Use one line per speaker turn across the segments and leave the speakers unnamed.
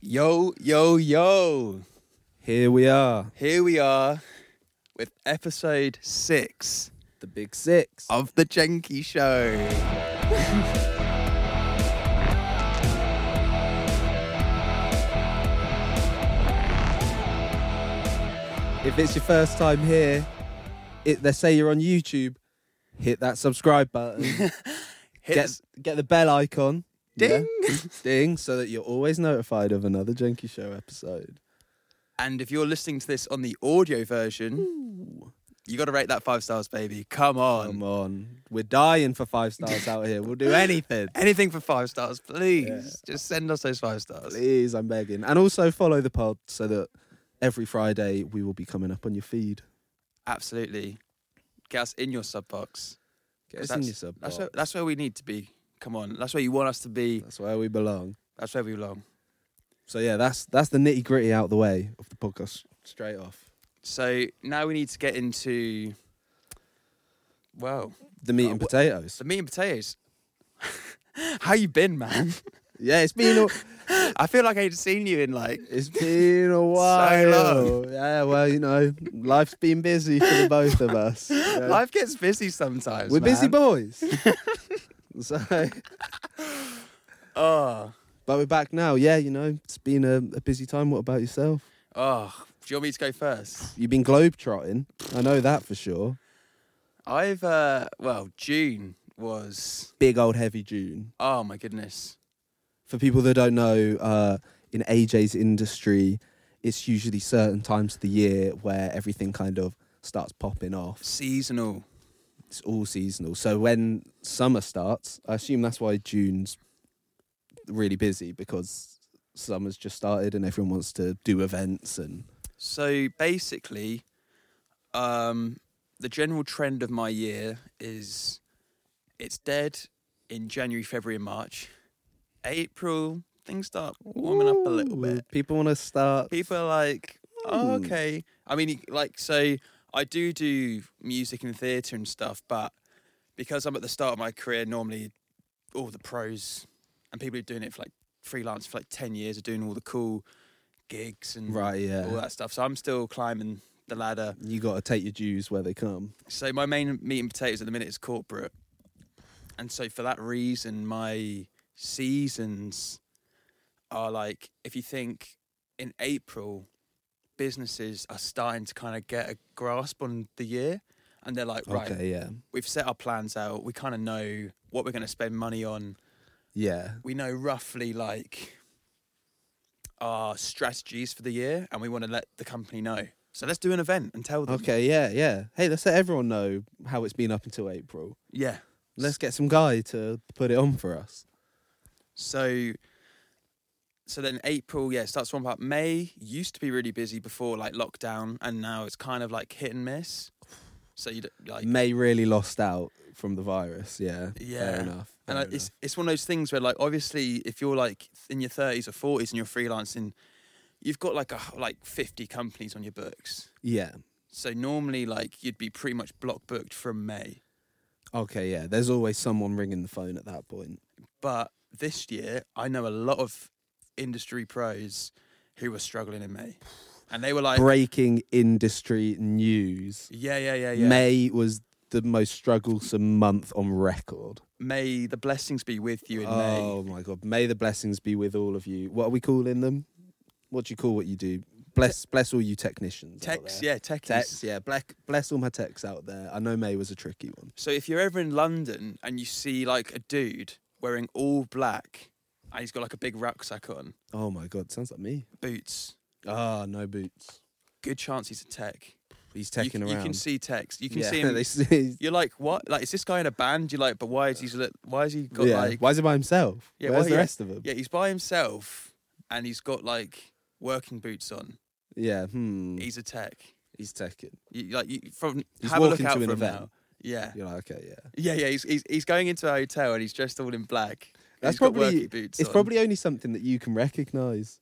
Yo, yo, yo.
Here we are,
Here we are with episode six
the Big Six.
of The Jenky Show.
If it's your first time here, it, let's say you're on YouTube, hit that subscribe button.
Hit
get,
us-
get the bell icon. yeah,
ding.
ding, so that you're always notified of another Janky Show episode.
And if you're listening to this on the audio version, you got to rate that five stars, baby. Come on.
Come on. We're dying for five stars out here. We'll do anything.
Anything for five stars, please. Just send us those five stars.
Please, I'm begging. And also follow the pod so that every Friday we will be coming up on your feed.
Absolutely. Get us in your sub box.
Get us in
That's-
your sub.
That's
box.
where, that's where we need to be. Come on. That's where you want us to be.
That's where we belong.
That's where we belong.
So yeah, that's that's the nitty gritty out the way of the podcast straight off.
So now we need to get into, well,
The meat
Uh,
and
wha-
potatoes.
the meat and potatoes. How you been, man?
Yeah, it's been a,
I feel like I ain't seen you in like.
it's been a while.
long.
Yeah, well, you know, life's been busy for the both of us. Yeah.
Life gets busy sometimes.
We're busy
man.
boys. so,
oh,
but we're back now. Yeah, you know, it's been a, a busy time. What about yourself?
oh. Do you want me to go first?
You've been globetrotting. I know that for sure.
I've uh, well, June was.
Big old heavy June.
Oh my goodness.
For people that don't know, uh, in AJ's industry, it's usually certain times of the year where everything kind of starts popping off.
Seasonal.
it's all seasonal. So when summer starts, I assume that's why June's really busy because summer's just started and everyone wants to do events and
So basically, um, the general trend of my year is it's dead in January, February, and March. April, things start warming up a little
Ooh,
bit.
People want to start.
People are like, oh,
Hmm.
okay. I mean, like, so I do do music and theatre and stuff, but because I'm at the start of my career, normally all the pros and people who are doing it for like freelance for like 10 years are doing all the cool gigs and
right,
all
yeah.
that stuff. So I'm still climbing the ladder.
You got to take your dues where they come.
So my main meat and potatoes at the minute is corporate, and so for that reason, my seasons are like if you think in April, businesses are starting to kind of get a grasp on the year, and they're like, right,
Okay, yeah.
we've set our plans out. We kind of know what we're going to spend money on.
Yeah.
We know roughly like our strategies for the year, and we want to let the company know. So let's do an event and tell them.
Okay, yeah, yeah. Hey, let's let everyone know how it's been up until April.
Yeah.
Let's get some guy to put it on for us.
So, so then April, yeah, starts to ramp up. May used to be really busy before like lockdown, and now it's kind of like hit and miss. So you d- like,
May really lost out from the virus. Yeah.
Yeah.
Fair enough.
and
fair
like, it's it's one of those things where like obviously if you're like in your thirties or forties and you're freelancing, you've got like a h- like fifty companies on your books.
enough. yeah.
So normally like you'd be pretty much block booked from May,
Okay, yeah. There's always someone ringing the phone at that point.
but this year I know a lot of industry pros who were struggling in May, and they were like,
Breaking industry news.
yeah, yeah, yeah, yeah.
May was the most strugglesome month on record.
May the blessings be with you in May.
oh my god. May the blessings be with all of you. What are we calling them? What do you call what you do? Bless bless all you technicians. out
Techs,
there.
yeah, techies.
Techs, yeah. Bless bless all my techs out there. I know May was a tricky one.
So if you're ever in London and you see like a dude wearing all black and he's got like a big rucksack on,
Oh my god, sounds like me.
boots,
Ah, no boots.
good chance he's a tech.
He's
You
teching
c- you,
around.
can see text. You can
yeah,
see him.
they see-
You're like, what? Like, is this guy in a band? You're like, but why is he? Why is he got
yeah.
like?
Why is it by himself?
Yeah,
Where's
why-
the rest of them?
Yeah, he's by himself and he's got like working boots on.
Yeah, hmm.
He's a tech.
He's teching.
You, like, you, from
He's
have a look
walking
out
to
for
an
him
event.
now. Yeah.
You're like, okay, yeah.
Yeah, yeah. He's, he's he's going into a hotel and he's dressed all in black.
That's
He's got
probably-
worky boots.
It's
on.
probably only something that you can recognise.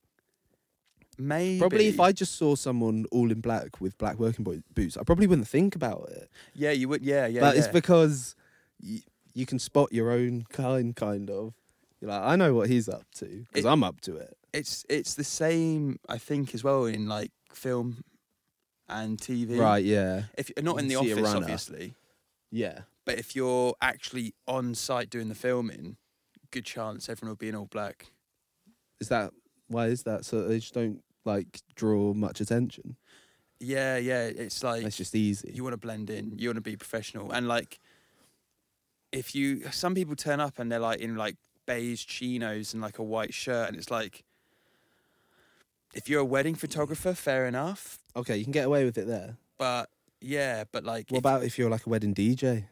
maybe
Probably if I just saw someone all in black with black working boy boots, I probably wouldn't think about it.
yeah you would yeah yeah.
but
yeah.
it's because y- you can spot your own kind, kind of. You're like, I know what he's up to
It-
because I'm up to it.
it's it's the same I think as well in like film and TV.
Right, yeah.
If you're not in the
You see a
office,
runner.
obviously,
Yeah.
but if you're actually on site doing the filming, good chance everyone will be in all black.
Is that why is that? So they just don't like draw much attention.
Yeah, yeah. It's like
It's just easy.
you want to blend in. You want to be professional. And like, if you, some people turn up and they're like in like beige chinos and like a white shirt, and it's like, if you're a wedding photographer, fair enough.
okay, you can get away with it there.
But yeah, but like,
What
if,
about if you're like a wedding DJ?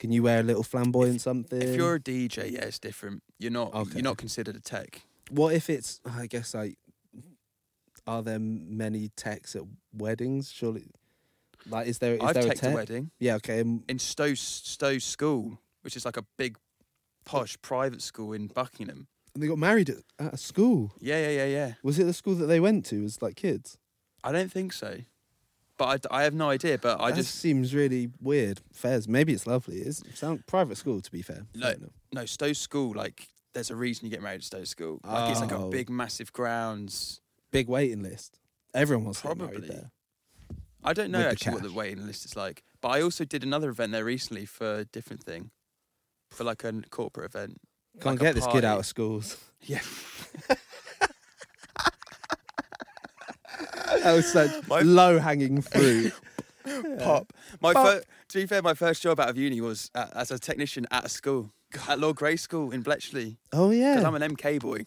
Can you wear a little flamboyant something?
if you're a DJ, yeah, it's different. You're not.
Okay.
You're not considered a tech.
what if it's? I guess like, are there many techs at weddings? Surely, like, is there is
I've
there a
teched
tech?
a wedding
Yeah. Okay. um,
in Stowe Stowe School, which is like a big posh private school in Buckingham.
And they got married at, at a school.
Yeah, yeah, yeah, yeah.
Was it the school that they went to as like kids?
I don't think so. But I, I have no idea. But I
That
just
seems really weird. Fairs. Maybe it's lovely. It's sound private school to be fair.
No.
Fair enough.
No, Stowe School, like, there's a reason you get married at Stowe School. Like, it's like a
Oh.
big, massive grounds.
Big waiting list. Everyone wants to get
Probably.
married there.
I don't know
With the
actually what the
cash.
waiting list is like, but I also did another event there recently for a different thing, for like a corporate event.
Can't
Like a
get this kid
party.
out of schools.
Yeah.
That was such
My-
low hanging fruit.
Pop. My
Pop.
fir- to be fair, my first job out of uni was uh, as a technician at a school, at Lord Grey School in Bletchley,
Oh
because
yeah,
I'm an MK boy.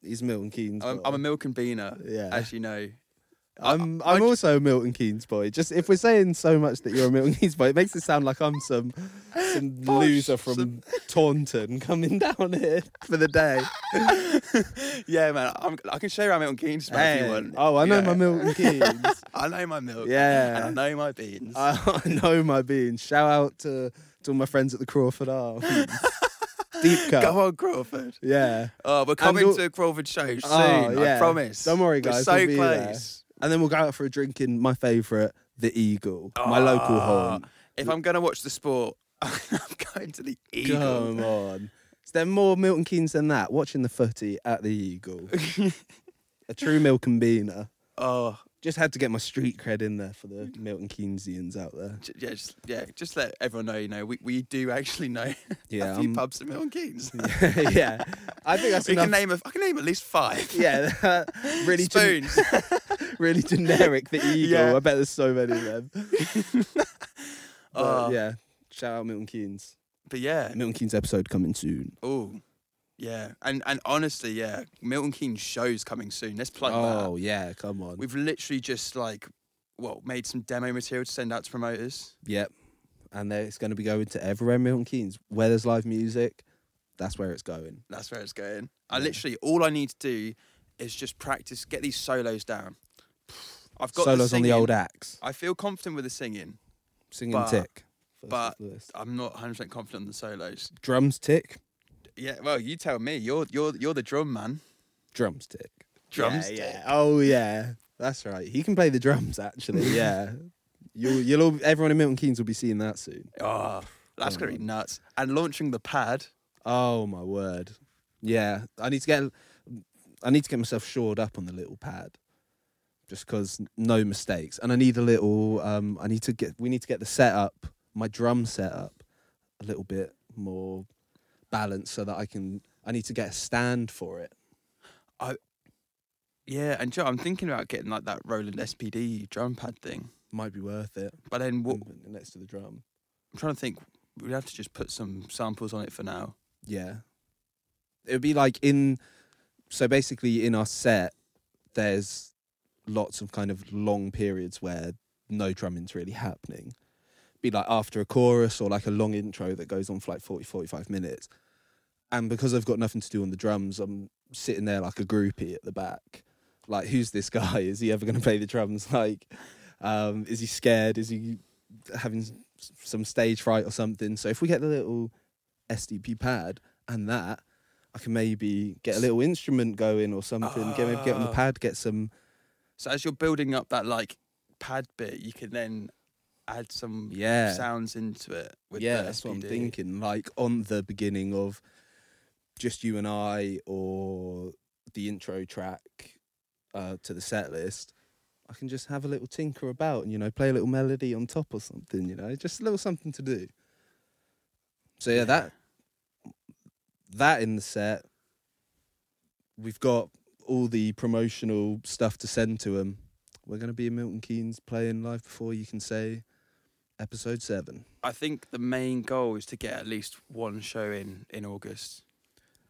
he's Milton Keynes.
I'm,
boy.
I'm a milk and beaner,
Yeah.
as you know.
I'm,
I
I'm
ju-
also a Milton Keynes boy. Just if we're saying so much that you're a Milton Keynes boy, it makes it sound like I'm some some
Posh,
loser from Taunton coming down here for the day.
Yeah, man, I'm, I can show you around Milton Keynes man, if you want.
oh, I know
Yeah.
my Milton Keynes.
I know my milk.
Yeah.
And I know my beans.
I, I know my beans. Shout out to, to all my friends at the Crawford Arms. Deep cut.
Go on, Crawford.
Yeah.
Oh, we're coming
all-
to a Crawford show soon.
Oh,
I
yeah.
promise.
Don't worry,
We're
guys,
so
we'll be there.
close.
And then we'll go out for a drink in my favourite, the Eagle, my local haunt.
Ah, If I'm gonna watch the sport, I'm going to the Eagle.
Come on. Is there more Milton Keynes than that? Watching the footy at the Eagle. a true Milton Beaner.
Oh,
Just had to get my street cred in there for the Milton Keynesians out there.
j- yeah, just, yeah. Just let everyone know. You know, we, we do actually know
Yeah,
a few
I'm-
pubs in Milton Keynes.
yeah. I think that's
we
enough.
can name. A, I can name at least five.
yeah, really, gen-
Spoons.
really generic. The Eagle.
Yeah.
I bet there's so many of them. But,
Oh.
yeah, shout out Milton Keynes.
but yeah.
Milton Keynes episode coming soon.
Oh, yeah. And and honestly, yeah. Milton Keynes show's coming soon. Let's plug that.
oh yeah, come on.
We've literally just like, well, made some demo material to send out to promoters.
Yep. And there- it's going to be going to everywhere Milton Keynes. Where there's live music, that's where it's going.
That's where it's going. I literally all I need to do is just practice, get these solos down. I've got
Solos
the
on the
singing.
old axe.
I feel confident with the singing.
Singing
But-
tick. First
but-
off the list.
I'm not 100 percent confident on the solos.
drums tick.
Yeah, well, you tell me. You're you're you're the drum man.
Drums tick.
Drums.
Yeah, yeah. Oh yeah. That's right. He can play the drums actually. Yeah. You'll, you'll all, everyone in Milton Keynes will be seeing that soon.
Oh, that's gonna be nuts. And launching the pad.
Oh my word. Yeah, I need to get I need to get myself shored up on the little pad. Just cuz no mistakes. And I need a little um I need to get we need to get the setup, my drum setup a little bit more balanced so that I can I need to get a stand for it.
Yeah, and Joe, I'm thinking about getting like that Roland SPD drum pad thing.
Might be worth it.
But then what,
Um, next to the drum.
I'm trying to think. We'd have to just put some samples on it for now.
Yeah. It would be like in so basically in our set there's lots of kind of long periods where no drumming's really happening. Be like after a chorus or like a long intro that goes on for like 40 45 minutes. And because I've got nothing to do on the drums, I'm sitting there like a groupie at the back. Like who's this guy? Is he ever going to play the drums? Like um is he scared? Is he having s- some stage fright or something? So if we get the little SDP pad and that, I can maybe get a little instrument going or something. Get maybe get on the
Ah.
pad, get some.
So as you're building up that like pad bit, you can then add some
Um, Yeah.
sounds into it. With
yeah,
the
that's what I'm
SPD.
thinking. Like on the beginning of just you and I, or the intro track uh, to the set list, I can just have a little tinker about and you know play a little melody on top or something. You know, just a little something to do. So yeah. that that in the set. We've got all the promotional stuff to send to them. We're going to be in Milton Keynes playing live before you can say episode seven.
I think the main goal is to get at least one show in in August.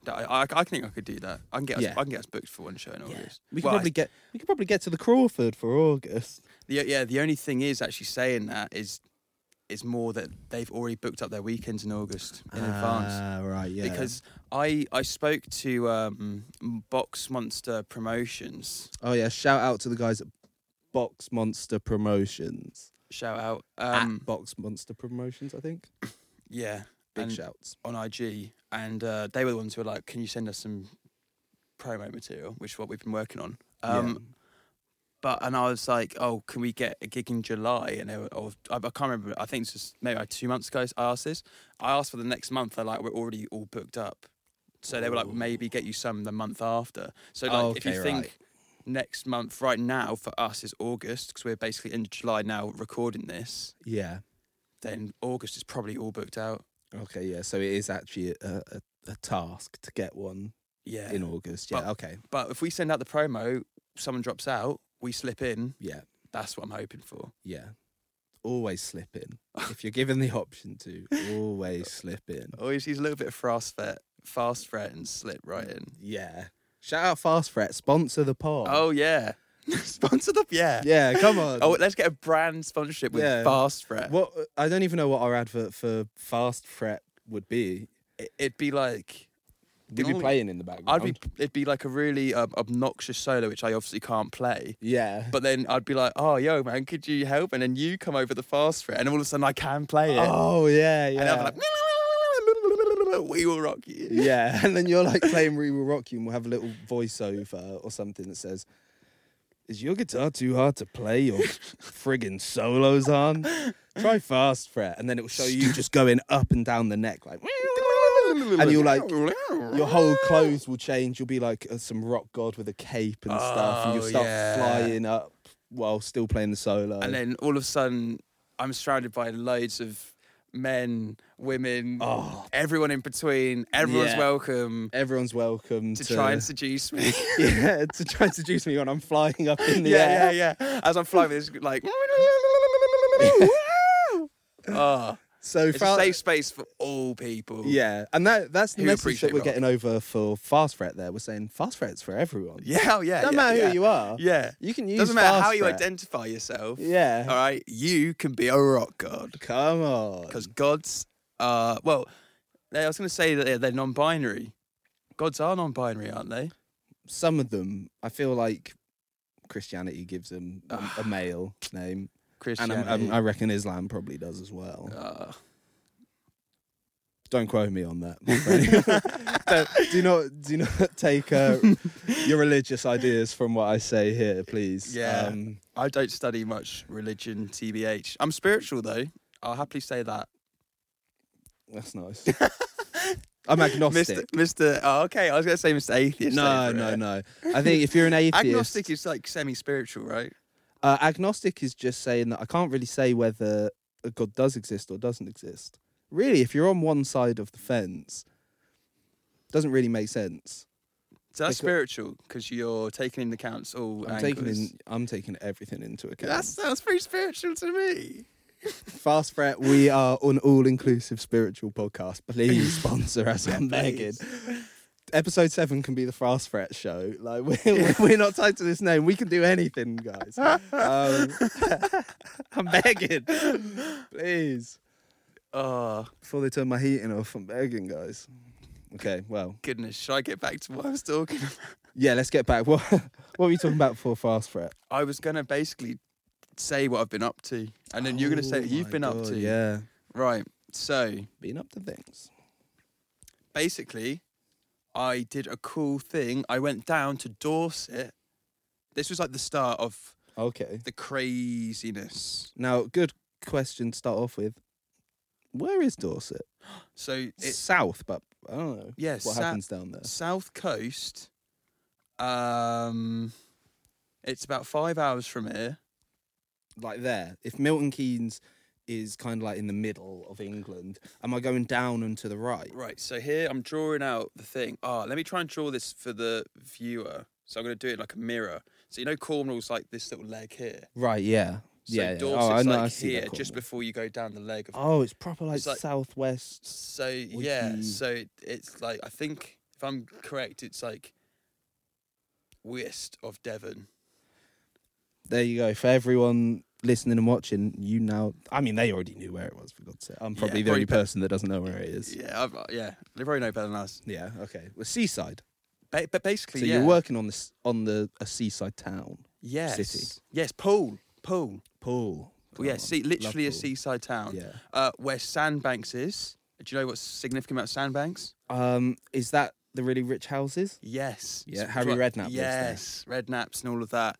That- I, I, I think I could do that. I can get us,
Yeah.
I can get us booked for one show in August.
We could
Well, I-
probably get we could probably get to the Crawford for August.
the, yeah. The only thing is actually saying that is is more that they've already booked up their weekends in August in advance.
Ah, right, yeah.
Because I I spoke to um, Box Monster Promotions.
oh yeah, shout out to the guys at Box Monster Promotions.
Shout out. Um,
at Box Monster Promotions, I think.
yeah.
Big
and
shouts.
on IG, and uh, they were the ones who were like, "Can you send us some promo material?" Which is what we've been working on. Um, But and I was like, "Oh, can we get a gig in July?" And they were, or, I, I can't remember. I think it's just maybe like two months ago. I asked this. I asked for the next month. They're like, "We're already all booked up." So they were like,
Ooh.
"Maybe get you some the month after." So like,
Oh,
if you
okay,
think.
right.
Next month, right now for us is August because we're basically in July now recording this.
yeah.
Then August is probably all booked out.
yeah. Okay, yeah. So it is actually a, a, a task to get one
Yeah,
in August. Yeah,
But-
okay.
But if we send out the promo, someone drops out, we slip in.
Yeah,
That's what I'm hoping for.
yeah. Always slip in. if you're given the option to, always slip in.
Always use Oh, a little bit of fast threat, fast threat, and slip right in.
Yeah. Shout out Fast Fret, sponsor the pod.
Oh yeah, sponsor the yeah.
yeah, come on.
Oh, let's get a brand sponsorship with
Yeah.
fast threat.
what I don't even know what our advert for Fast Fret would be.
It- It'd be like
We'd be
only-
playing in the background.
I'd be. It'd be like a really um, obnoxious solo, which I obviously can't play.
yeah.
But then I'd be like, "Oh, yo, man, could you help?" And then you come over the fast threat, and all of a sudden I can play it.
Oh yeah,
And I'm
yeah.
like, "We will rock you."
yeah, and then you're like playing "We Will Rock You," and we'll have a little voiceover or something that says, "Is your guitar too hard to play? Your friggin' solos on? Try fast fret." And then it will show you just going up and down the neck, like, and you're like, your whole clothes will change. You'll be like uh, some rock god with a cape and stuff, and
Oh,
you'll start
yeah.
flying up while still playing the solo.
and then all of a sudden I'm surrounded by loads of men, women,
Oh.
everyone in between. Everyone's
Yeah.
welcome
everyone's welcome
to,
to,
try and seduce me.
yeah, to try and seduce me when I'm flying up in the air.
yeah, yeah, yeah. As I'm flying, it's like.
Ah.
oh,
So
it's a
Fal-
safe space for all people.
Yeah, and that that's the
Who
message
appreciate
that we're
rock.
getting over for fast fret. There, we're saying fast fret's for everyone.
yeah, oh, yeah.
Doesn't
yeah,
matter
yeah.
who you are.
Yeah,
You can use.
doesn't matter
fast
how you
fret.
identify yourself.
Yeah.
All right, you can be a rock god.
Come on.
because gods are well. They, I was going to say that they're, they're non-binary. Gods are non-binary, aren't they?
Some of them, I feel like Christianity gives them a, a male name, and
Christianity.
I'm, I'm- I reckon Islam probably does as well.
Ah.
Don't quote me on that. Don't- do not do not take uh, your religious ideas from what I say here, please.
Yeah.
Um,
I don't study much religion, tbh. I'm spiritual though. I'll happily say that.
that's nice. I'm agnostic.
Mister, Mister. Oh, okay, I was going to say Mister Atheist.
No,
over
no,
it.
no. I think if you're an atheist,
Agnostic is like semi-spiritual, right?
uh, agnostic is just saying that I can't really say whether a god does exist or doesn't exist. Really, if you're on one side of the fence, doesn't really make sense.
So that's
Because-
spiritual because you're taking into account all
I'm taking in, I'm taking everything into account.
That sounds pretty spiritual to me.
Fast fret. We are an all-inclusive spiritual podcast. Please sponsor us. I'm begging.
Please.
Episode seven can be the fast fret show. Like we're, we're not tied to this name. We can do anything, guys. Um, I'm begging. Please.
Oh
Before they turn my heating off, I'm begging, guys. Okay, well,
goodness! Should I get back to what I was talking about?
yeah, let's get back. What, what were you talking about before fast fret?
I was gonna basically say what I've been up to, and then you're gonna say
Oh
what you've
my
been up
God,
to.
Yeah.
Right. So
Been up to things.
basically, I did a cool thing. I went down to Dorset. This was like the start of
Okay.
the craziness.
Now, good question to start off with. Where is Dorset?
So
It's
it's
south, but I don't know
yeah,
what
sa-
happens down there.
South Coast. Um, it's about five hours from here.
Like there, if Milton Keynes is kind of like in the middle of England, am I going down and to the right?
Right, so here I'm drawing out the thing. Ah, let me try and draw this for the viewer. So I'm going to do it like a mirror. So you know Cornwall's like this little leg here.
Right, yeah,
So
yeah. yeah.
Dorset's
I know, I
like
see
here,
that
just
Cornwall.
before you go down the leg of
Oh, it's proper like,
It's like-
southwest.
So yeah,
you-
so it, it's like I think if I'm correct, it's like west of Devon.
There you go. For everyone listening and watching, you now. I mean, they already knew where it was. For God's sake, I'm
Yeah,
probably the only
probably pe-
person that doesn't know where it is.
Yeah, I've, uh, yeah, they probably know better than us.
Yeah. Okay. Well, seaside.
Ba- but basically,
So
yeah,
you're working on this on the a seaside town.
yes,
city.
yes, Pool, Pool.
Pool.
Well, yeah,
Come
see,
on,
literally a
love Poole.
seaside town.
Yeah.
Uh, where Sandbanks is. Do you know what's significant about Sandbanks?
Um, is that the really rich houses?
Yes.
Yeah,
It's
Harry
right-
Redknapp lives there.
Yes, Redknapp's and all of that.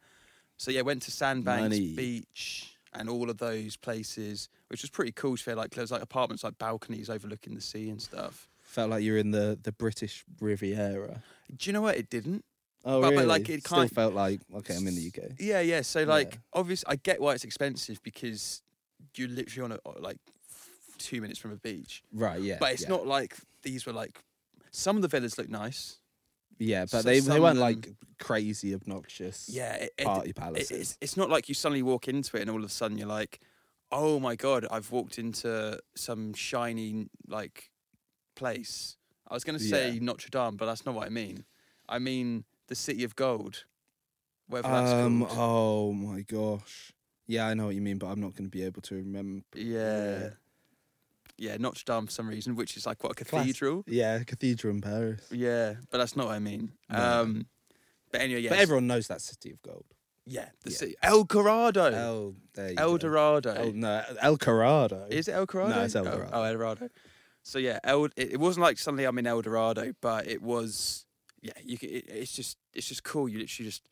So yeah, went to Sandbanks
Money.
Beach and all of those places, which was pretty cool. She had like there was like apartments, like balconies overlooking the sea and stuff.
Felt like you're in the the British Riviera.
Do you know what? It didn't.
Oh,
But-
really?
but, like, it
Still
can't-
felt like okay, I'm in the UK.
Yeah, yeah. So like,
Yeah.
obviously, I get why it's expensive because you're literally on a uh, like two minutes from a beach,
Right. Yeah.
but it's
yeah.
not like these were like. Some of the villas look nice.
Yeah,
so
but they
some
they
of
weren't
them-
like crazy obnoxious.
Yeah, it, it,
Party
it-
palaces.
it's, it's not like you suddenly walk into it and all of a sudden you're like, oh my god, I've walked into some shiny like place. I was going to say
Yeah.
Notre Dame, but that's not what I mean. I mean the City of Gold. Whether that's
Um.
called.
Oh my gosh. Yeah, I know what you mean, but I'm not going to be able to remember.
yeah. Yeah, Notre Dame for some reason, which is like what a
Class-
cathedral.
Yeah, cathedral in Paris.
Yeah, but that's not what I mean.
No.
Um, but anyway, yes.
But everyone knows that city of gold.
yeah, the
Yeah.
city El Dorado, Oh. El,
El, there you go.
Dorado.
El, no, El Corrado.
Is it El Dorado?
No, it's El
Oh,
Dorado.
Oh, El Dorado. So yeah, El, it, it wasn't like suddenly I'm in El Dorado, but it was. Yeah, you. c- It, it's just it's just cool. You literally just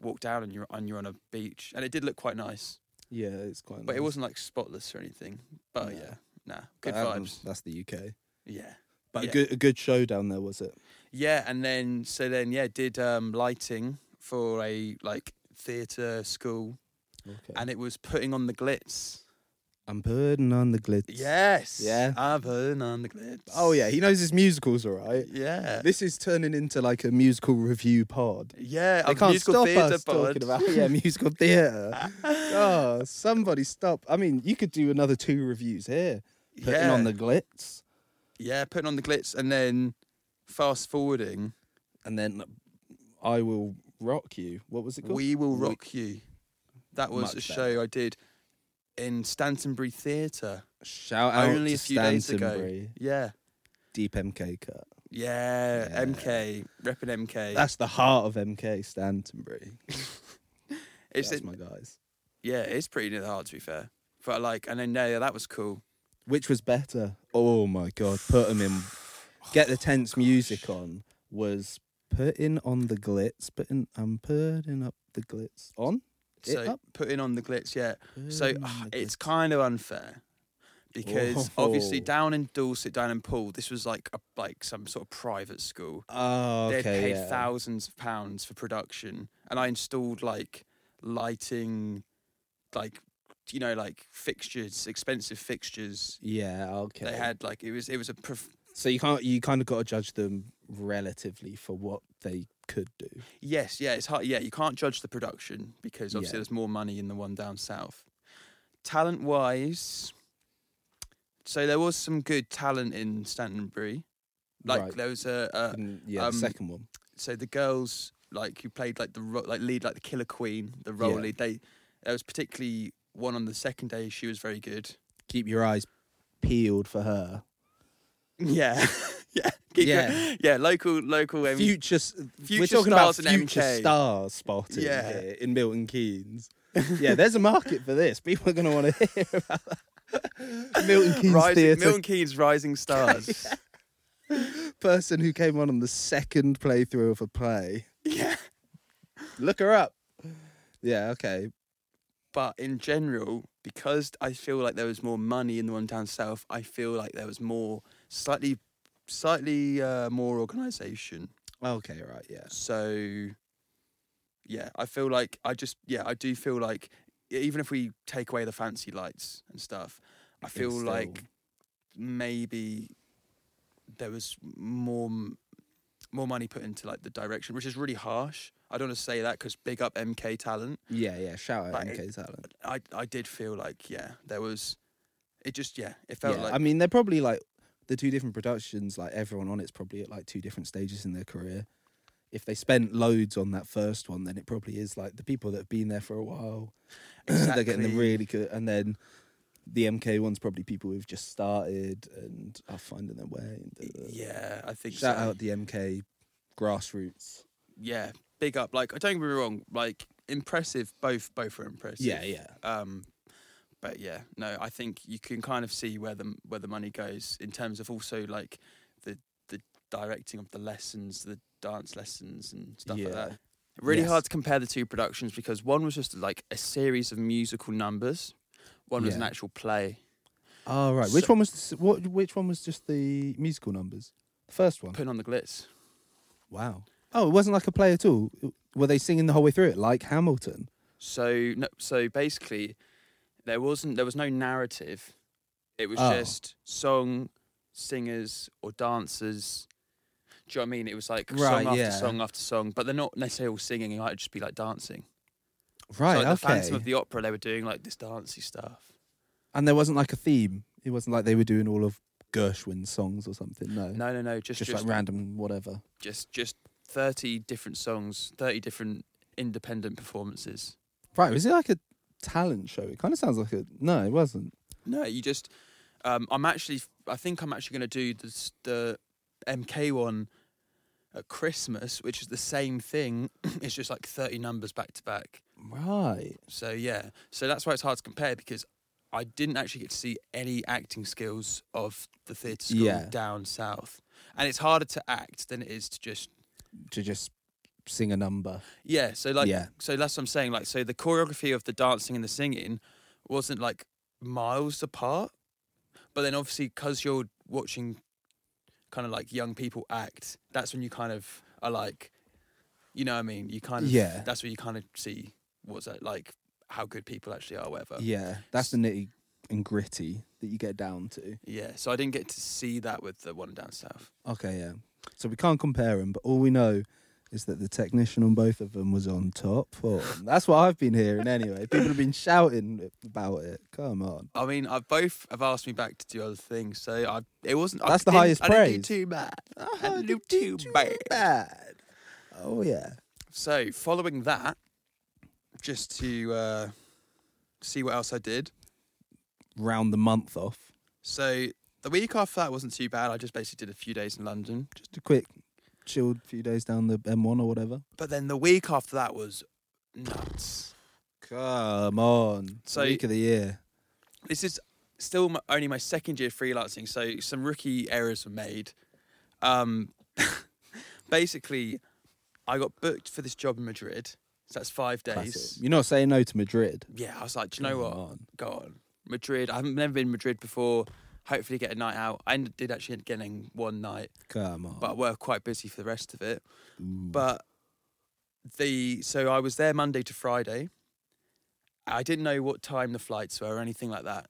walk down and you're and you're on a beach, and it did look quite nice,
Yeah, it's quite.
but it
nice.
wasn't like spotless or anything. But
No.
yeah, nah,
But
good
that
vibes.
one's- That's the UK.
Yeah,
But a
Yeah.
good a good show down there was it?
yeah, and then so then yeah, did um lighting for a like theatre school,
Okay.
and it was putting on the glitz.
I'm putting on the glitz.
Yes.
Yeah.
I'm putting on the glitz.
Oh yeah, he knows his musicals, all right.
Yeah.
This is turning into like a musical review pod.
Yeah,
They
a
can't
musical
stop
theatre
us talking
pod.
about yeah, musical theatre. oh, somebody stop! I mean, you could do another two reviews here. Putting
yeah.
on the glitz,
yeah, putting on the glitz and then fast forwarding.
and then I will rock you. What was it called?
We will rock you. That was a
Much
show I did in Stantonbury Theatre
Shout out
only
to
a few days ago.
Stantonbury.
Yeah.
Deep MK cut.
Yeah,
Yeah.
MK, repping MK.
That's the heart of MK Stantonbury.
it's
That's
it-
my guys.
yeah, it's pretty near the heart to be fair. But like, and then yeah, that was cool.
Which was better? Oh my god! Put them in. Get the tense music on. Was putting on the glitz. Putting I'm putting up the glitz on. It
So
up?
putting on the glitz, yeah. So ah,
Putting on the
it's
glitz.
kind of unfair because obviously
Oh.
down in Dorset, down in Poole, this was like a, like some sort of private school.
Oh, okay.
They'd paid
yeah.
thousands of pounds for production, and I installed like lighting, like you know, like fixtures, expensive fixtures.
Yeah, okay.
They had like it was it was a prof-
so you can't you kind of got to judge them relatively for what they could do.
yes, yeah, it's hard. Yeah, you can't judge the production because obviously
Yeah.
there's more money in the one down south. Talent wise, so there was some good talent in Stantonbury. Like
Right.
there was a, a
And, yeah,
um,
the second one.
so the girls like who played like the ro- like lead like the killer queen the role
Yeah.
lead they there was particularly one on the second day she was very good
Keep your eyes peeled for her.
yeah yeah Keep your-
Yeah.
yeah local local um,
Future, s- we're
future
talking about
stars and
future
MK.
stars spotting
Yeah.
here in Milton Keynes. yeah, there's a market for this. People are going to want to hear about that. Milton Keynes
rising,
theatre
Milton Keynes rising stars
person who came on on the second playthrough of a play.
yeah
Look her up. Yeah, okay.
but in general because I feel like there was more money in the one down south I feel like there was more slightly slightly uh, more organisation
Okay, right, yeah.
so yeah, I feel like I just yeah, I do feel like even if we take away the fancy lights and stuff, I
It's
feel
still-
like maybe there was more m- more money put into like the direction, which is really harsh. I don't want to say that because big up MK talent.
Yeah, yeah. Shout out
Like, it-
MK's Allen.
I I did feel like yeah, there was. It just yeah, it felt
yeah,
like
I mean, they're probably like the two different productions. Like everyone on it's probably at like two different stages in their career. If they spent loads on that first one, then it probably is like the people that have been there for a while. they're getting them
Exactly.
really good, and then the MK one's probably people who've just started and are finding their way. And da- da- da.
yeah, I think
Shout
so.
out the MK grassroots.
yeah, big up. Like, I don't get me wrong. Like, impressive. Both, both were impressive.
Yeah, yeah.
Um, but yeah, no, I think you can kind of see where the where the money goes in terms of also like the the directing of the lessons, the dance lessons and stuff like
Yeah.
that. Really
Yes.
hard to compare the two productions because one was just like a series of musical numbers, one was an
Yeah.
actual play.
Oh right, which
So-
one was the, s- what? Which one was just the musical numbers? The first one.
Putting on the glitz.
Wow. Oh, it wasn't like a play at all. Were they singing the whole way through it like Hamilton?
So no, so basically, there wasn't there was no narrative. It was
Oh.
just song, singers or dancers. Do you know what I mean? It was like
Right,
song after
yeah.
song after song, but they're not necessarily all singing. It might just be like dancing.
Right.
so like the
okay.
Phantom of the Opera, they were doing like this dancey stuff.
and there wasn't like a theme. It wasn't like they were doing all of Gershwin's songs or something. No.
No, no, no, just
just,
just just,
like random whatever.
just thirty different songs, thirty different independent performances.
Right. Was it like a talent show? It kind of sounds like a. No, it wasn't.
No, you just. Um, I'm actually. I think I'm actually going to do the s- the MK one at Christmas, which is the same thing. it's just like 30 numbers back to back.
Right.
So yeah. So that's why it's hard to compare because I didn't actually get to see any acting skills of the theatre school
Yeah.
down south, and it's harder to act than it is to just
To just sing a number.
yeah. So like
Yeah.
so that's what I'm saying. Like so the choreography of the dancing and the singing wasn't like miles apart, but then obviously because you're watching kind of like young people act, that's when you kind of are like, you know what I mean? You kind of
Yeah.
That's where you kind of see what's that like how good people actually are, or whatever.
yeah. That's the nitty and gritty that you get down to.
Yeah, so I didn't get to see that with the one down south.
Okay. Yeah. So we can't compare them, but all we know. Is that the technician on both of them was on top form? That's what I've been hearing anyway. People have been shouting about it. Come on.
I mean, I both have asked me back to do other things, so I it wasn't. I
That's the
didn't-
highest
I didn't
praise.
do too bad. I didn't do
Too
too bad.
bad. Oh yeah.
So, following that, just to uh, see what else I did.
Round the month off.
So, the week after that wasn't too bad. I just basically did a few days in London.
Just a quick chilled few days down the M1 or whatever.
But then the week after that was nuts.
Come on.
So-
week of the year.
This is still my, only my second year freelancing, so some rookie errors were made. Um, basically, I got booked for this job in Madrid. So, that's five days.
Classic. Mm. You're not saying no to Madrid.
Yeah, I was like, do you know what?
Come on.
go on. Madrid. I haven't never been to Madrid before. Hopefully get a night out. I ended- did actually end up getting one night,
Come on.
but we're quite busy for the rest of it.
Ooh.
But the so I was there Monday to Friday. I didn't know what time the flights were or anything like that.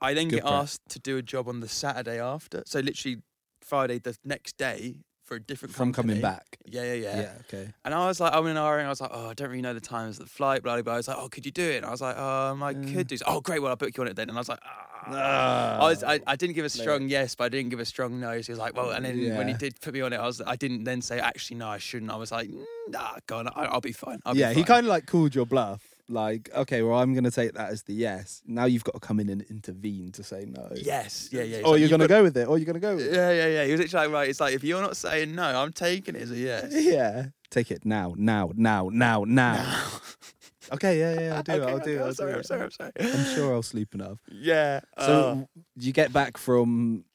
I then
Good
get
prep.
asked to do a job on the Saturday after. So literally Friday the next day for a different
from
company.
coming back.
Yeah, yeah, yeah.
Yeah. okay.
And I was like, I'm in an hour, and I was like, oh, I don't really know the times of the flight, blah, blah, blah. I was like, oh, could you do it? And I was like, um, I
Yeah.
could do so. Oh, great. Well, I'll book you on it then. And I was like, ah.
Ah.
I, was, I, I didn't give a
No.
strong yes, but I didn't give a strong no. So he was like, well, and then when he
Yeah.
did put me on it, I was, I didn't then say, actually, no, I shouldn't. I was like, "Mm, nah, go on, I, I'll be fine. I'll
yeah,
be
he
fine."
kind of like called your bluff. Like, okay, well, I'm going to take that as the yes. Now you've got to come in and intervene to say no.
Yes, yeah, yeah. He's
Or
like,
Oh, you're
"You've
going to
got-
go with it. Or you're going to go with it.
Yeah, yeah, yeah. He was literally like, right, it's like, if you're not saying no, I'm taking it as a yes.
Yeah. Take it now, now, now, now, now. okay, yeah, yeah, I'll do it.
Okay,
I'll
okay,
do it.
I'm
I'll
sorry,
do
I'm
it.
sorry, I'm sorry.
I'm sure I'll sleep enough.
Yeah.
So
uh,
w- you get back from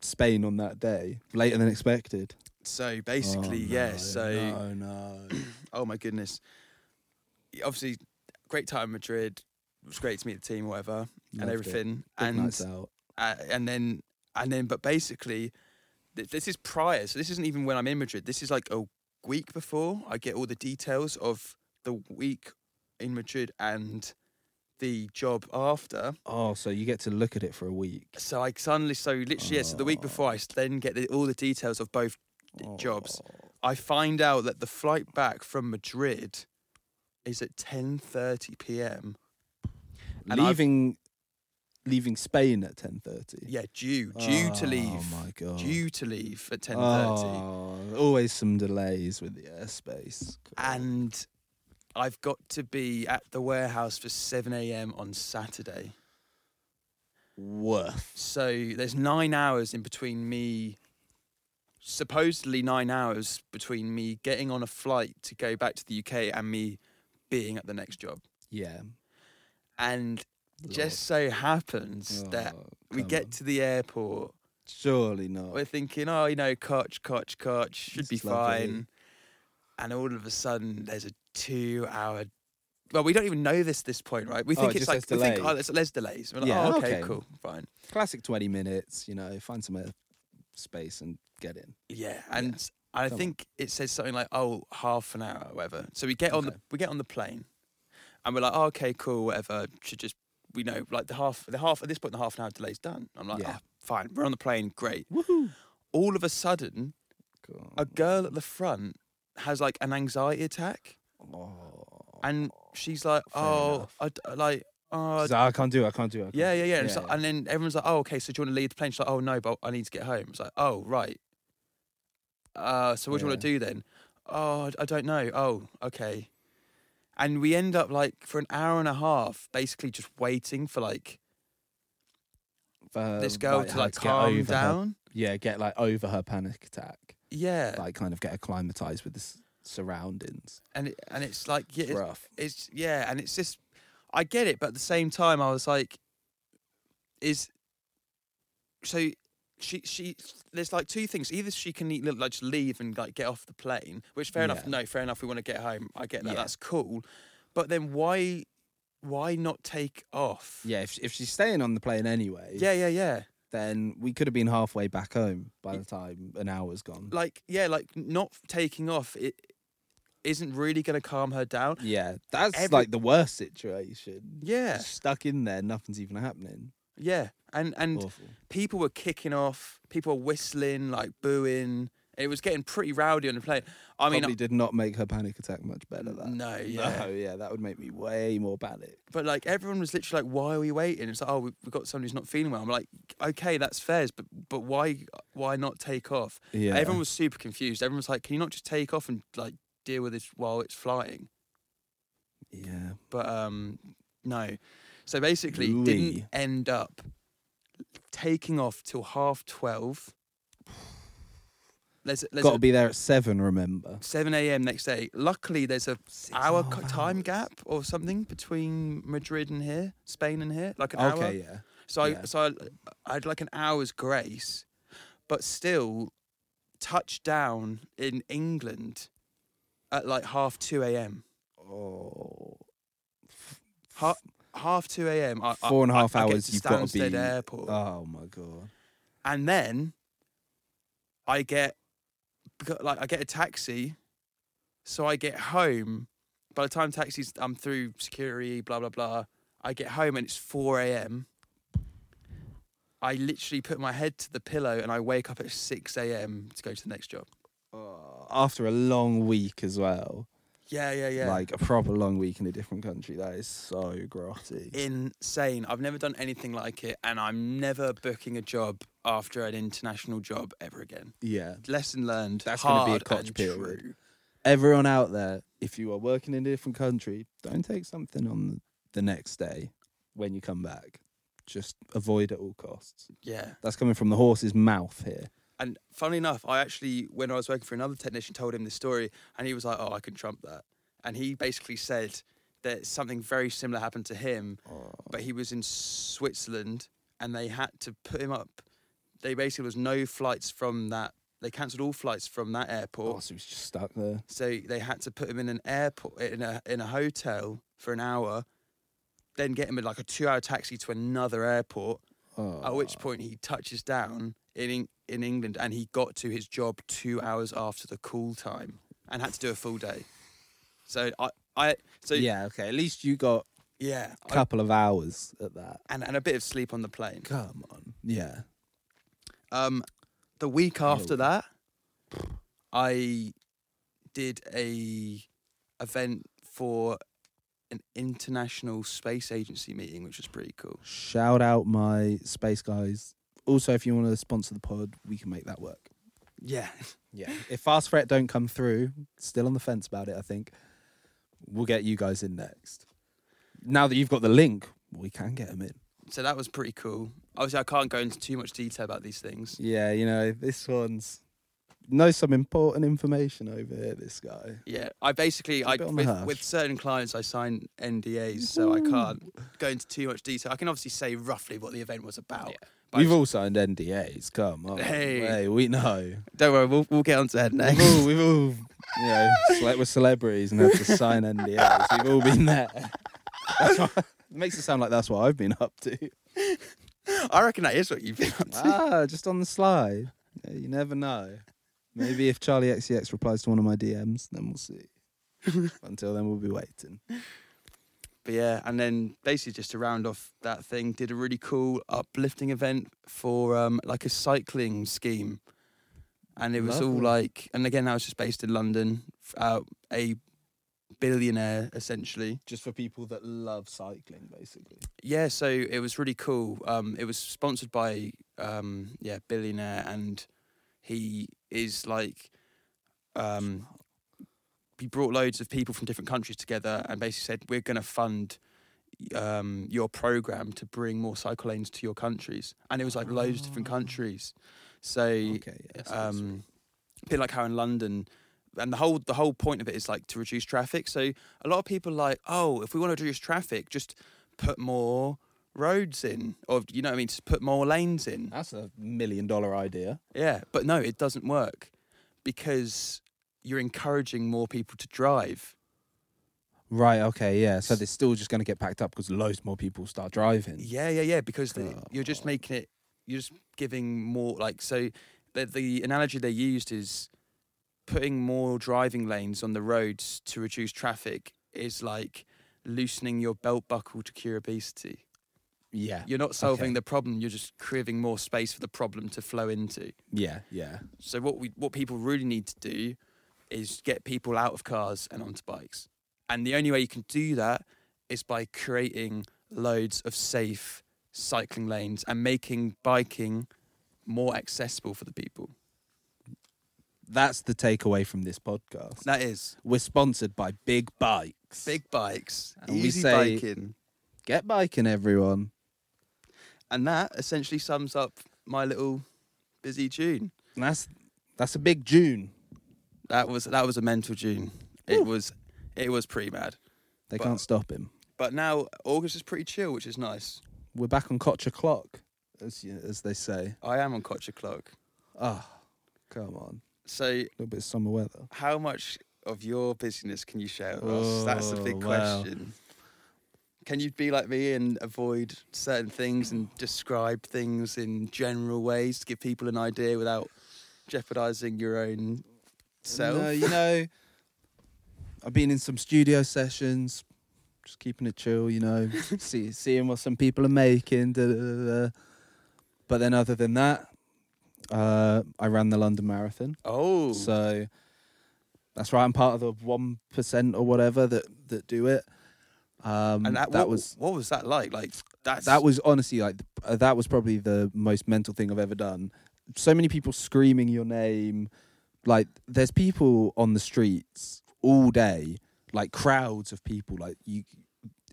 Spain on that day later than expected.
so basically,
Oh, no,
yes. so.
no, no.
oh my goodness. Yeah, Obviously, great time in Madrid. It was great to meet the team, whatever,
Loved
and
it.
everything.
Big nights
And
out.
uh, and then and then, but basically, th- this is prior. So this isn't even when I'm in Madrid. This is like a week before, I get all the details of the week in Madrid and the job after.
Oh, so you get to look at it for a week.
So I suddenly, so literally, yeah, so the week
Oh.
before, I s- then get the, all the details of both jobs. I find out that the flight back from Madrid is at 10:30 p.m. And I've-
leaving, leaving Spain at ten thirty.
Yeah, due due to leave.
Oh my god.
Due to leave at 10:30.
Oh, always some delays with the airspace. God.
And I've got to be at the warehouse for 7 a.m. on Saturday.
woof.
So there's 9 hours in between me supposedly 9 hours between me getting on a flight to go back to the UK and me being at the next job.
Yeah.
And just so happens
Lord.
that
Oh,
we
come
get
on.
to the airport.
surely not.
We're thinking, oh, you know, coach, coach, coach, should
It's
be
lovely.
fine. And all of a sudden, there's a two-hour. Well, we don't even know this this point, right? We
Oh,
think
it
it's
just
like
says
we think,
delay.
oh, there's, there's delays. We're like,
Yeah,
oh, okay,
okay.
cool, fine.
Classic twenty minutes. You know, find some air space and get in.
Yeah, and s- I
Come on.
think it says something like, oh, half an hour, or whatever. So we get on the
Okay.
we get on the plane, and we're like, oh, okay, cool, whatever. Should just we know like the half the half at this point the half an hour delay's done. I'm like,
Yeah.
"Ah, fine, we're on the plane, great.
Woohoo!
All of a sudden, a girl at the front has like an anxiety attack
Oh.
and she's like
Fair
oh
enough.
I d like oh
She's like, I can't do. it, I can't do. it, I can't
yeah
do
yeah
it."
yeah, and, it's like- and then everyone's like oh okay so do you want to leave the plane she's like oh no but i need to get home it's like oh right uh so what do you want to do then oh I- i don't know oh okay and we end up like for an hour and a half basically just waiting for like
For
this girl
white
to
hat
like
get
calm
over Um, her-
down
yeah, get like over her panic attack.
yeah
Like kind of get acclimatized with the s- surroundings.
and it, and it's like yeah,
It's
it's-
rough.
it's yeah, and it's just I get it, but at the same time, I was like, is so she she there's like two things. Either she can eat, like just leave and like get off the plane, which fair enough.
Yeah.
No, fair enough. We want to get home. I get that.
Yeah.
That's cool. But then why why not take off?
Yeah, if, if she's staying on the plane anyway,
yeah, yeah, yeah.
then we could have been halfway back home by the time an hour's gone.
Like yeah, like not taking off it isn't really going to calm her down.
yeah, that's
every-
like the worst situation.
Yeah,
Just Stuck in there, nothing's even happening.
yeah, and and
Awful.
people were kicking off, people were whistling, like booing. It was getting pretty rowdy on the plane. I mean,
Probably did not make her panic attack much better. That.
no, yeah,
No, yeah, that would make me way more panic.
but like everyone was literally like, "Why are we waiting?" It's like, "Oh, we- we've got somebody who's not feeling well." I'm like, "Okay, that's fair, but but why why not take off?"
Yeah.
Everyone was super confused. Everyone was like, "Can you not just take off and like deal with this while it's flying?"
Yeah.
But um, no. So basically,
Ooh-wee.
didn't end up taking off till half twelve. There's, there's
Got
a-
to be there at seven. Remember.
7 a.m. next day. Luckily, there's a
Six
hour
and a
co-
half
time
hours.
gap or something between Madrid and here, Spain and here, like an hour.
Okay. Yeah.
So, I,
yeah.
so I, I had like an hour's grace, but still touched down in England at like half 2 a.m.
Oh.
Half, half 2 a.m. I- I-
Four and a
I-
half
I get
hours.
to
you've got to
Stansted
be.
Airport.
Oh my god.
and then I get beca- like I get a taxi, so I get home. By the time taxis, I'm through security, blah blah blah. I get home and it's four a.m. I literally put my head to the pillow and I wake up at six a.m. to go to the next job.
Oh, after a long week as well.
Yeah, yeah, yeah.
Like a proper long week in a different country. That is so grotty.
insane. I've never done anything like it, and I'm never booking a job after an international job ever again.
yeah.
Lesson learned.
That's gonna be a
hard
crotch
and
period.
true.
Everyone out there, if you are working in a different country, don't take something on the next day when you come back. Just avoid at all costs.
Yeah.
That's coming from the horse's mouth here.
And funnily enough, I actually, when I was working for another technician, told him this story, and he was like, "Oh, I can trump that." And he basically said that something very similar happened to him, but he was in Switzerland, and they had to put him up. They basically there was no flights from that. They cancelled all flights from that airport,
Horse was just stuck there.
so they had to put him in an airport in a in a hotel for an hour, then get him in like a two-hour taxi to another airport,
Oh,
at which point he touches down in Eng- in England and he got to his job two hours after the call time. and had to do a full day. So I, I so yeah,
yeah, okay. At least you got a
I,
couple of hours at that.
and and a bit of sleep on the plane.
Come on. Yeah.
Um, the week after
Oh.
that, I did a event for an international space agency meeting, which was pretty cool.
Shout out my space guys. Also, if you want to sponsor the pod, we can make that work.
Yeah,
Yeah. If Fast Threat don't come through, still on the fence about it, I think. We'll get you guys in next. Now that you've got the link, we can get them in.
so that was pretty cool. Obviously, I can't go into too much detail about these things.
Yeah, you know, this one's knows some important information over here, this guy.
Yeah, I basically I
Keep it on the
with,
hush.
with certain clients I sign NDAs, so I can't go into too much detail. I can obviously say roughly what the event was about. but I
We've
just-
all signed NDAs. Come on.
Hey.
we know.
don't worry, we'll, we'll get onto that
We've
next.
all, we've all you know, slept with celebrities and had to sign NDAs. We've all been there. That's what, it makes it sound like that's what I've been up to.
I reckon that is what you've been up to.
Ah, just on the sly. Yeah, You never know. Maybe if Charlie XCX replies to one of my DMs, then we'll see. Until then, we'll be waiting.
But yeah, and then basically just to round off that thing, did a really cool uplifting event for um, like a cycling scheme, and it was all
Lovely.
like, and again, that was just based in London. f- Uh, a billionaire essentially.
Just for people that love cycling, basically.
Yeah, so it was really cool. Um, it was sponsored by um, yeah billionaire, and he is like um, he brought loads of people from different countries together and basically said we're going to fund um, your program to bring more cycle lanes to your countries, and it was like loads of different
Ah.
countries. So
Okay. Yeah, so it's-
um, a bit like how in London, and the whole the whole point of it is like to reduce traffic. So a lot of people are like, oh, if we want to reduce traffic, just put more roads in, or you know what I mean, just put more lanes in.
that's a million dollar idea.
Yeah, but no, it doesn't work because you're encouraging more people to drive.
Right. Okay. Yeah. So they're still just going to get packed up because loads more people start driving.
Yeah, yeah, yeah. Because the,
Come
you're just making it, you're just giving more. Like so, the the analogy they used is putting more driving lanes on the roads to reduce traffic is like loosening your belt buckle to cure obesity.
Yeah.
You're not solving
Okay.
the problem. You're just creating more space for the problem to flow into.
Yeah. Yeah.
So what we what people really need to do is get people out of cars and onto bikes. And the only way you can do that is by creating loads of safe cycling lanes and making biking more accessible for the people.
That's the takeaway from this podcast.
That is
We're sponsored by Big Bikes.
big bikes,
And we
easy
say-
biking.
Get biking, everyone.
And that essentially sums up my little busy June.
And that's that's a big June.
That was that was a mental June. It
Woo.
was it was pretty mad.
They
But-
can't stop him.
But now August is pretty chill, which is nice.
We're back on Koch o'clock, as you, as they say.
I am on Koch o'clock.
Ah, come on,
So
a little bit of summer weather.
how much of your busyness can you share with us? That's the
Oh,
big
wow.
question. Can you be like me and avoid certain things and describe things in general ways to give people an idea without jeopardizing your own self?
No, you know, I've been in some studio sessions, just keeping it chill, you know, see, seeing what some people are making. Da, da, da, da. But then, other than that, uh, I ran the London Marathon,
oh,
so that's right. I'm part of the one percent or whatever that that do it. Um,
and that, what,
that was
what was that like? Like that's
that was honestly like uh, that was probably the most mental thing I've ever done. So many people screaming your name, like there's people on the streets all day, like crowds of people. Like you,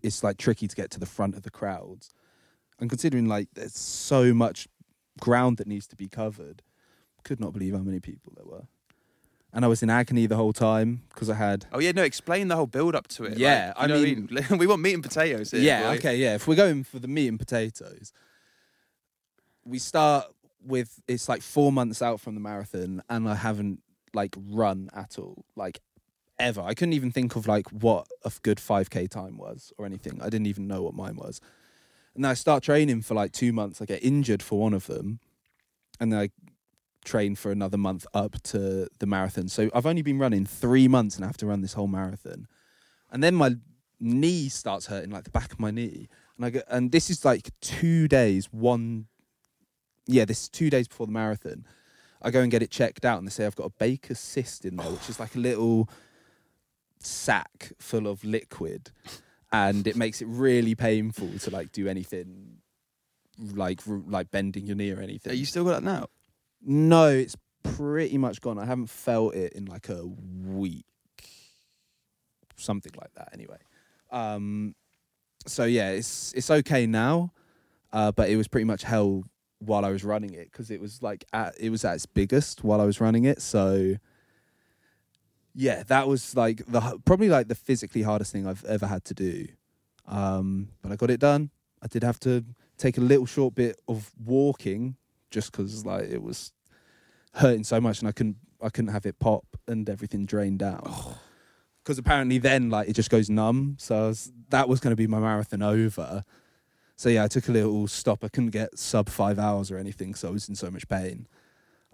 it's like tricky to get to the front of the crowds, and considering like there's so much ground that needs to be covered, could not believe how many people there were, and I was in agony the whole time because I had
Oh yeah, no. Explain the whole build up to it.
Yeah,
like, you
I
know what I mean? we want meat and potatoes here.
Yeah,
boy.
okay, yeah. If we're going for the meat and potatoes, we start with it's like four months out from the marathon, and I haven't like run at all, like ever. I couldn't even think of like what a f- good 5k time was or anything. I didn't even know what mine was. And then I start training for like two months. I get injured for one of them, and then I train for another month up to the marathon. So I've only been running three months and I have to run this whole marathon. And then my knee starts hurting, like the back of my knee. And I go, and this is like two days, one, yeah, this is two days before the marathon. I go and get it checked out, and they say I've got a Baker's cyst in there, which is like a little sack full of liquid, and it makes it really painful to like do anything, like r- like bending your knee or anything.
Are you still got that now?
No, it's pretty much gone. I haven't felt it in like a week, something like that. Anyway, um, so yeah, it's it's okay now, uh, but it was pretty much hell while I was running it because it was like at, it was at its biggest while I was running it. So yeah, that was like the h- probably like the physically hardest thing I've ever had to do. Um, but I got it done. I did have to take a little short bit of walking just because like it was hurting so much and I couldn't I couldn't have it pop and everything drained out. Because apparently then like it just goes numb. So I was, that was going to be my marathon over. So yeah, I took a little stop. I couldn't get sub five hours or anything, so I was in so much pain.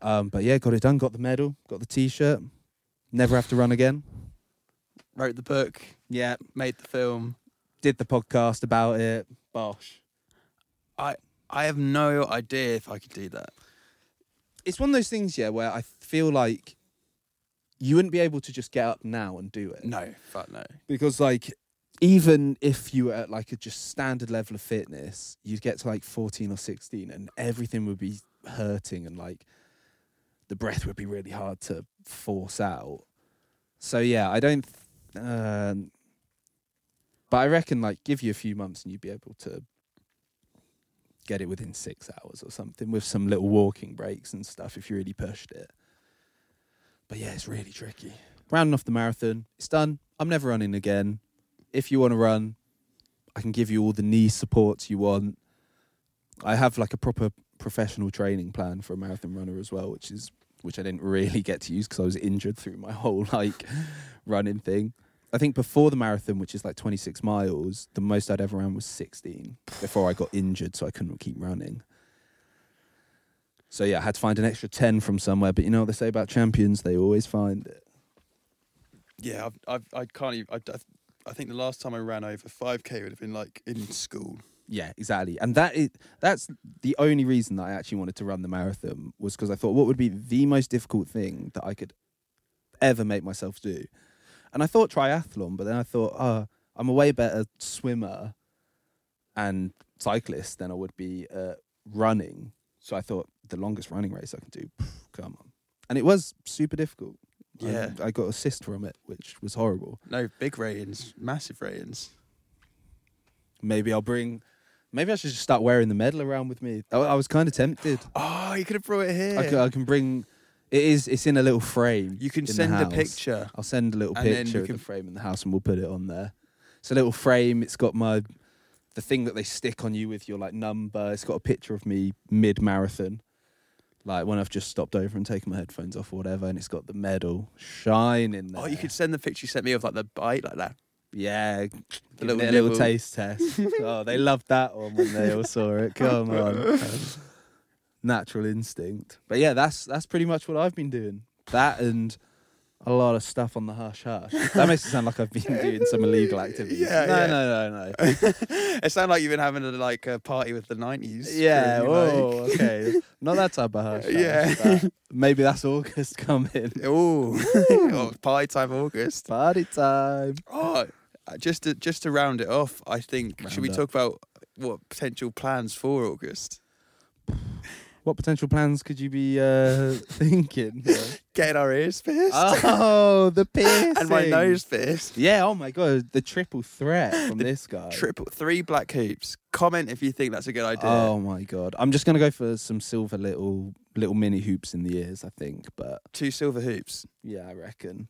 Um, but yeah, got it done. Got the medal. Got the T-shirt. Never have to run again.
Wrote the book,
Yeah,
made the film.
did the podcast about it. Bosh.
I have no idea if I could do that.
it's one of those things, yeah, where I feel like you wouldn't be able to just get up now and do it.
No, fuck no.
Because like even if you were at like a just standard level of fitness, you'd get to like 14 or 16 and everything would be hurting and like the breath would be really hard to force out. So yeah, I don't th- um but I reckon like give you a few months and you'd be able to get it within 6 hours or something with some little walking breaks and stuff if you really pushed it. But yeah, it's really tricky rounding off the marathon. It's done. I'm never running again. If you want to run, I can give you all the knee supports you want. I have like a proper professional training plan for a marathon runner as well, which is which I didn't really get to use because I was injured through my whole like running thing. I think before the marathon, which is like 26 miles, the most I'd ever ran was 16 before I got injured, so I couldn't keep running. So yeah, I had to find an extra 10 from somewhere. But you know what they say about champions? They always find it.
Yeah, I've, I've, I can't even. I, I- I think the last time I ran over 5K would have been like in school.
Yeah, exactly. And that is that's the only reason that I actually wanted to run the marathon was because I thought what would be the most difficult thing that I could ever make myself do. And I thought triathlon, but then I thought, oh, I'm a way better swimmer and cyclist than I would be uh, running. So I thought the longest running race I can do, pff, come on. And it was super difficult. I-
Yeah.
I got assist from it, which was horrible.
No, big ratings, massive ratings.
Maybe I'll bring. Maybe I should just start wearing the medal around with me. I, I was kind of tempted.
Oh, you could have brought it here.
I can, I can bring. It is. It's in a little frame.
you can
in the
send a
house.
picture.
I'll send a little
And then
picture
we
of
can-
the frame in the house, and we'll put it on there. It's a little frame. It's got my the thing that they stick on you with your like number. It's got a picture of me mid marathon, like when I've just stopped over and taken my headphones off or whatever, and it's got the medal shining there.
Oh, you could send the picture you sent me of like the bite like that.
Yeah, the
little
little, little
nibble.
taste test. oh, they loved that one when they all saw it. Come on, Um, natural instinct. But yeah, that's that's pretty much what I've been doing. That and a lot of stuff on the hush hush. That makes it sound like I've been doing some illegal activities.
Yeah,
no,
yeah.
no, no, no.
It sounded like you've been having a, like a party with the 90s.
Yeah.
crew,
Oh, okay. Not that type of hush. hush,
Yeah.
but Maybe that's August coming.
Like, ooh. oh, party time August.
Party time.
Oh, uh, just to, just to round it off, I think should we
Round
talk about what potential plans for August?
What potential plans could you be uh, thinking?
Getting our ears pierced
Oh, the piercing.
and my nose pierced.
Yeah, oh my god, the triple threat from this guy.
Triple three black hoops. Comment if you think that's a good idea.
Oh my god. I'm just gonna go for some silver little little mini hoops in the ears, I think. But
Two silver hoops.
yeah, I reckon.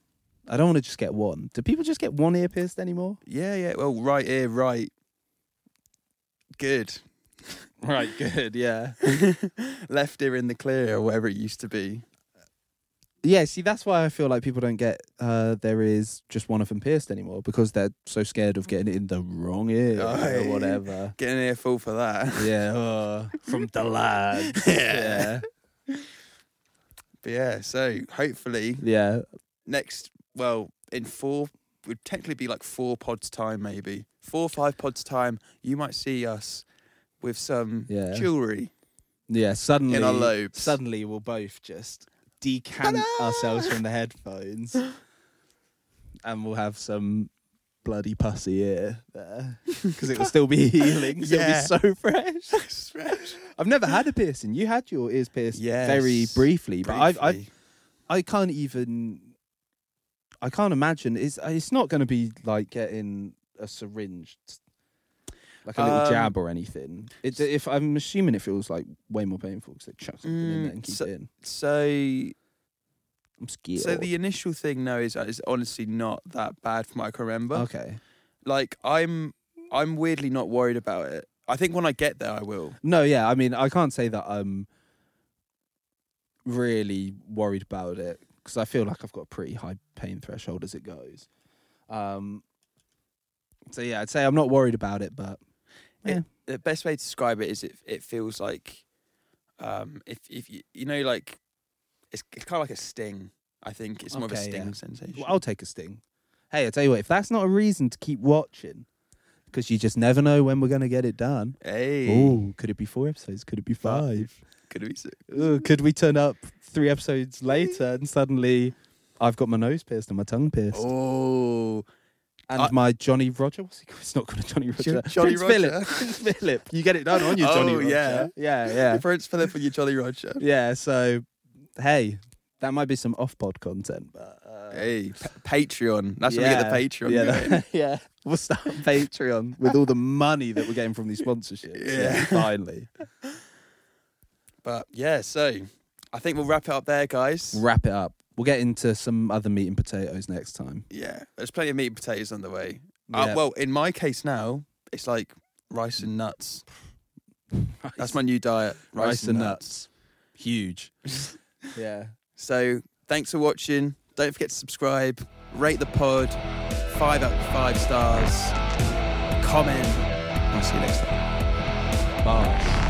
I don't want to just get one. Do people just get one ear pierced anymore?
Yeah, yeah. Well, right ear, right. Good.
Right, good, yeah.
Left ear in the clear or whatever it used to be.
Yeah, see that's why I feel like people don't get uh there is just one of them pierced anymore because they're so scared of getting it in the wrong ear
Aye.
or whatever.
Getting an earful for that.
Yeah, oh, from the lads.
Yeah. But yeah, so hopefully
Yeah.
next, well, in four, would technically be like four pods time, maybe four or five pods time. You might see us with some
Yeah.
jewelry.
Yeah. Suddenly,
lobes.
suddenly we'll both just decant
Ta-da!
ourselves from the headphones and we'll have some bloody pussy ear there because it will still be healing. So
Yeah.
It'll be so fresh. I've never had a piercing. You had your ears pierced very
Yes,
briefly, but I've, I've
Briefly.
I can't even. I can't imagine. It's it's not going to be like getting a syringe, like a little
Um,
jab or anything. It's if I'm assuming it feels like way more painful because they chuck something in
Mm,
there and keep
so-
it in.
so
I'm scared.
So the E initial thing no is is honestly not that bad from what I can remember.
okay.
Like I'm I'm weirdly not worried about it. I think when I get there I will.
No, yeah. I mean, I can't say that I'm really worried about it because I feel like I've got a pretty high pain threshold as it goes. Um. So yeah, I'd say I'm not worried about it, but Yeah.
It, the best way to describe it is it it feels like um if if you you know like it's, it's kind of like a sting. I think it's more of a
Okay,
sting
yeah.
sensation.
Well, I'll take a sting. Hey, I tell you what, if that's not a reason to keep watching, because you just never know when we're going to get it done.
hey,
Oh, could it be four episodes? Could it be five?
could be sick.
Ooh, could we turn up three episodes later and suddenly I've got my nose pierced and my tongue pierced
Oh,
and
I-
my Johnny Roger? What's he called? It's not called a Johnny Roger.
Johnny
Prince
Roger.
Philip. Prince Philip. You get it done on your
Oh,
Johnny Roger.
yeah.
Yeah, yeah.
Prince Philip and your Jolly Roger.
Yeah, so, hey, that might be some off-pod content, but... Uh,
Hey, pa- Patreon. That's when we get the Patreon.
Yeah,
going.
that- yeah. We'll start Patreon with all the money that we're getting from these sponsorships.
Yeah.
finally.
But yeah, so I think we'll wrap it up there, guys.
Wrap it up. We'll get into some other meat and potatoes next time.
Yeah, there's plenty of meat and potatoes on the way. Uh,
Yeah.
well, in my case now, it's like rice and nuts. That's my new diet: rice, and, nuts.
Huge. yeah.
So thanks for watching. Don't forget to subscribe, rate the pod, five out of five stars, comment. I'll see you next time.
Bars.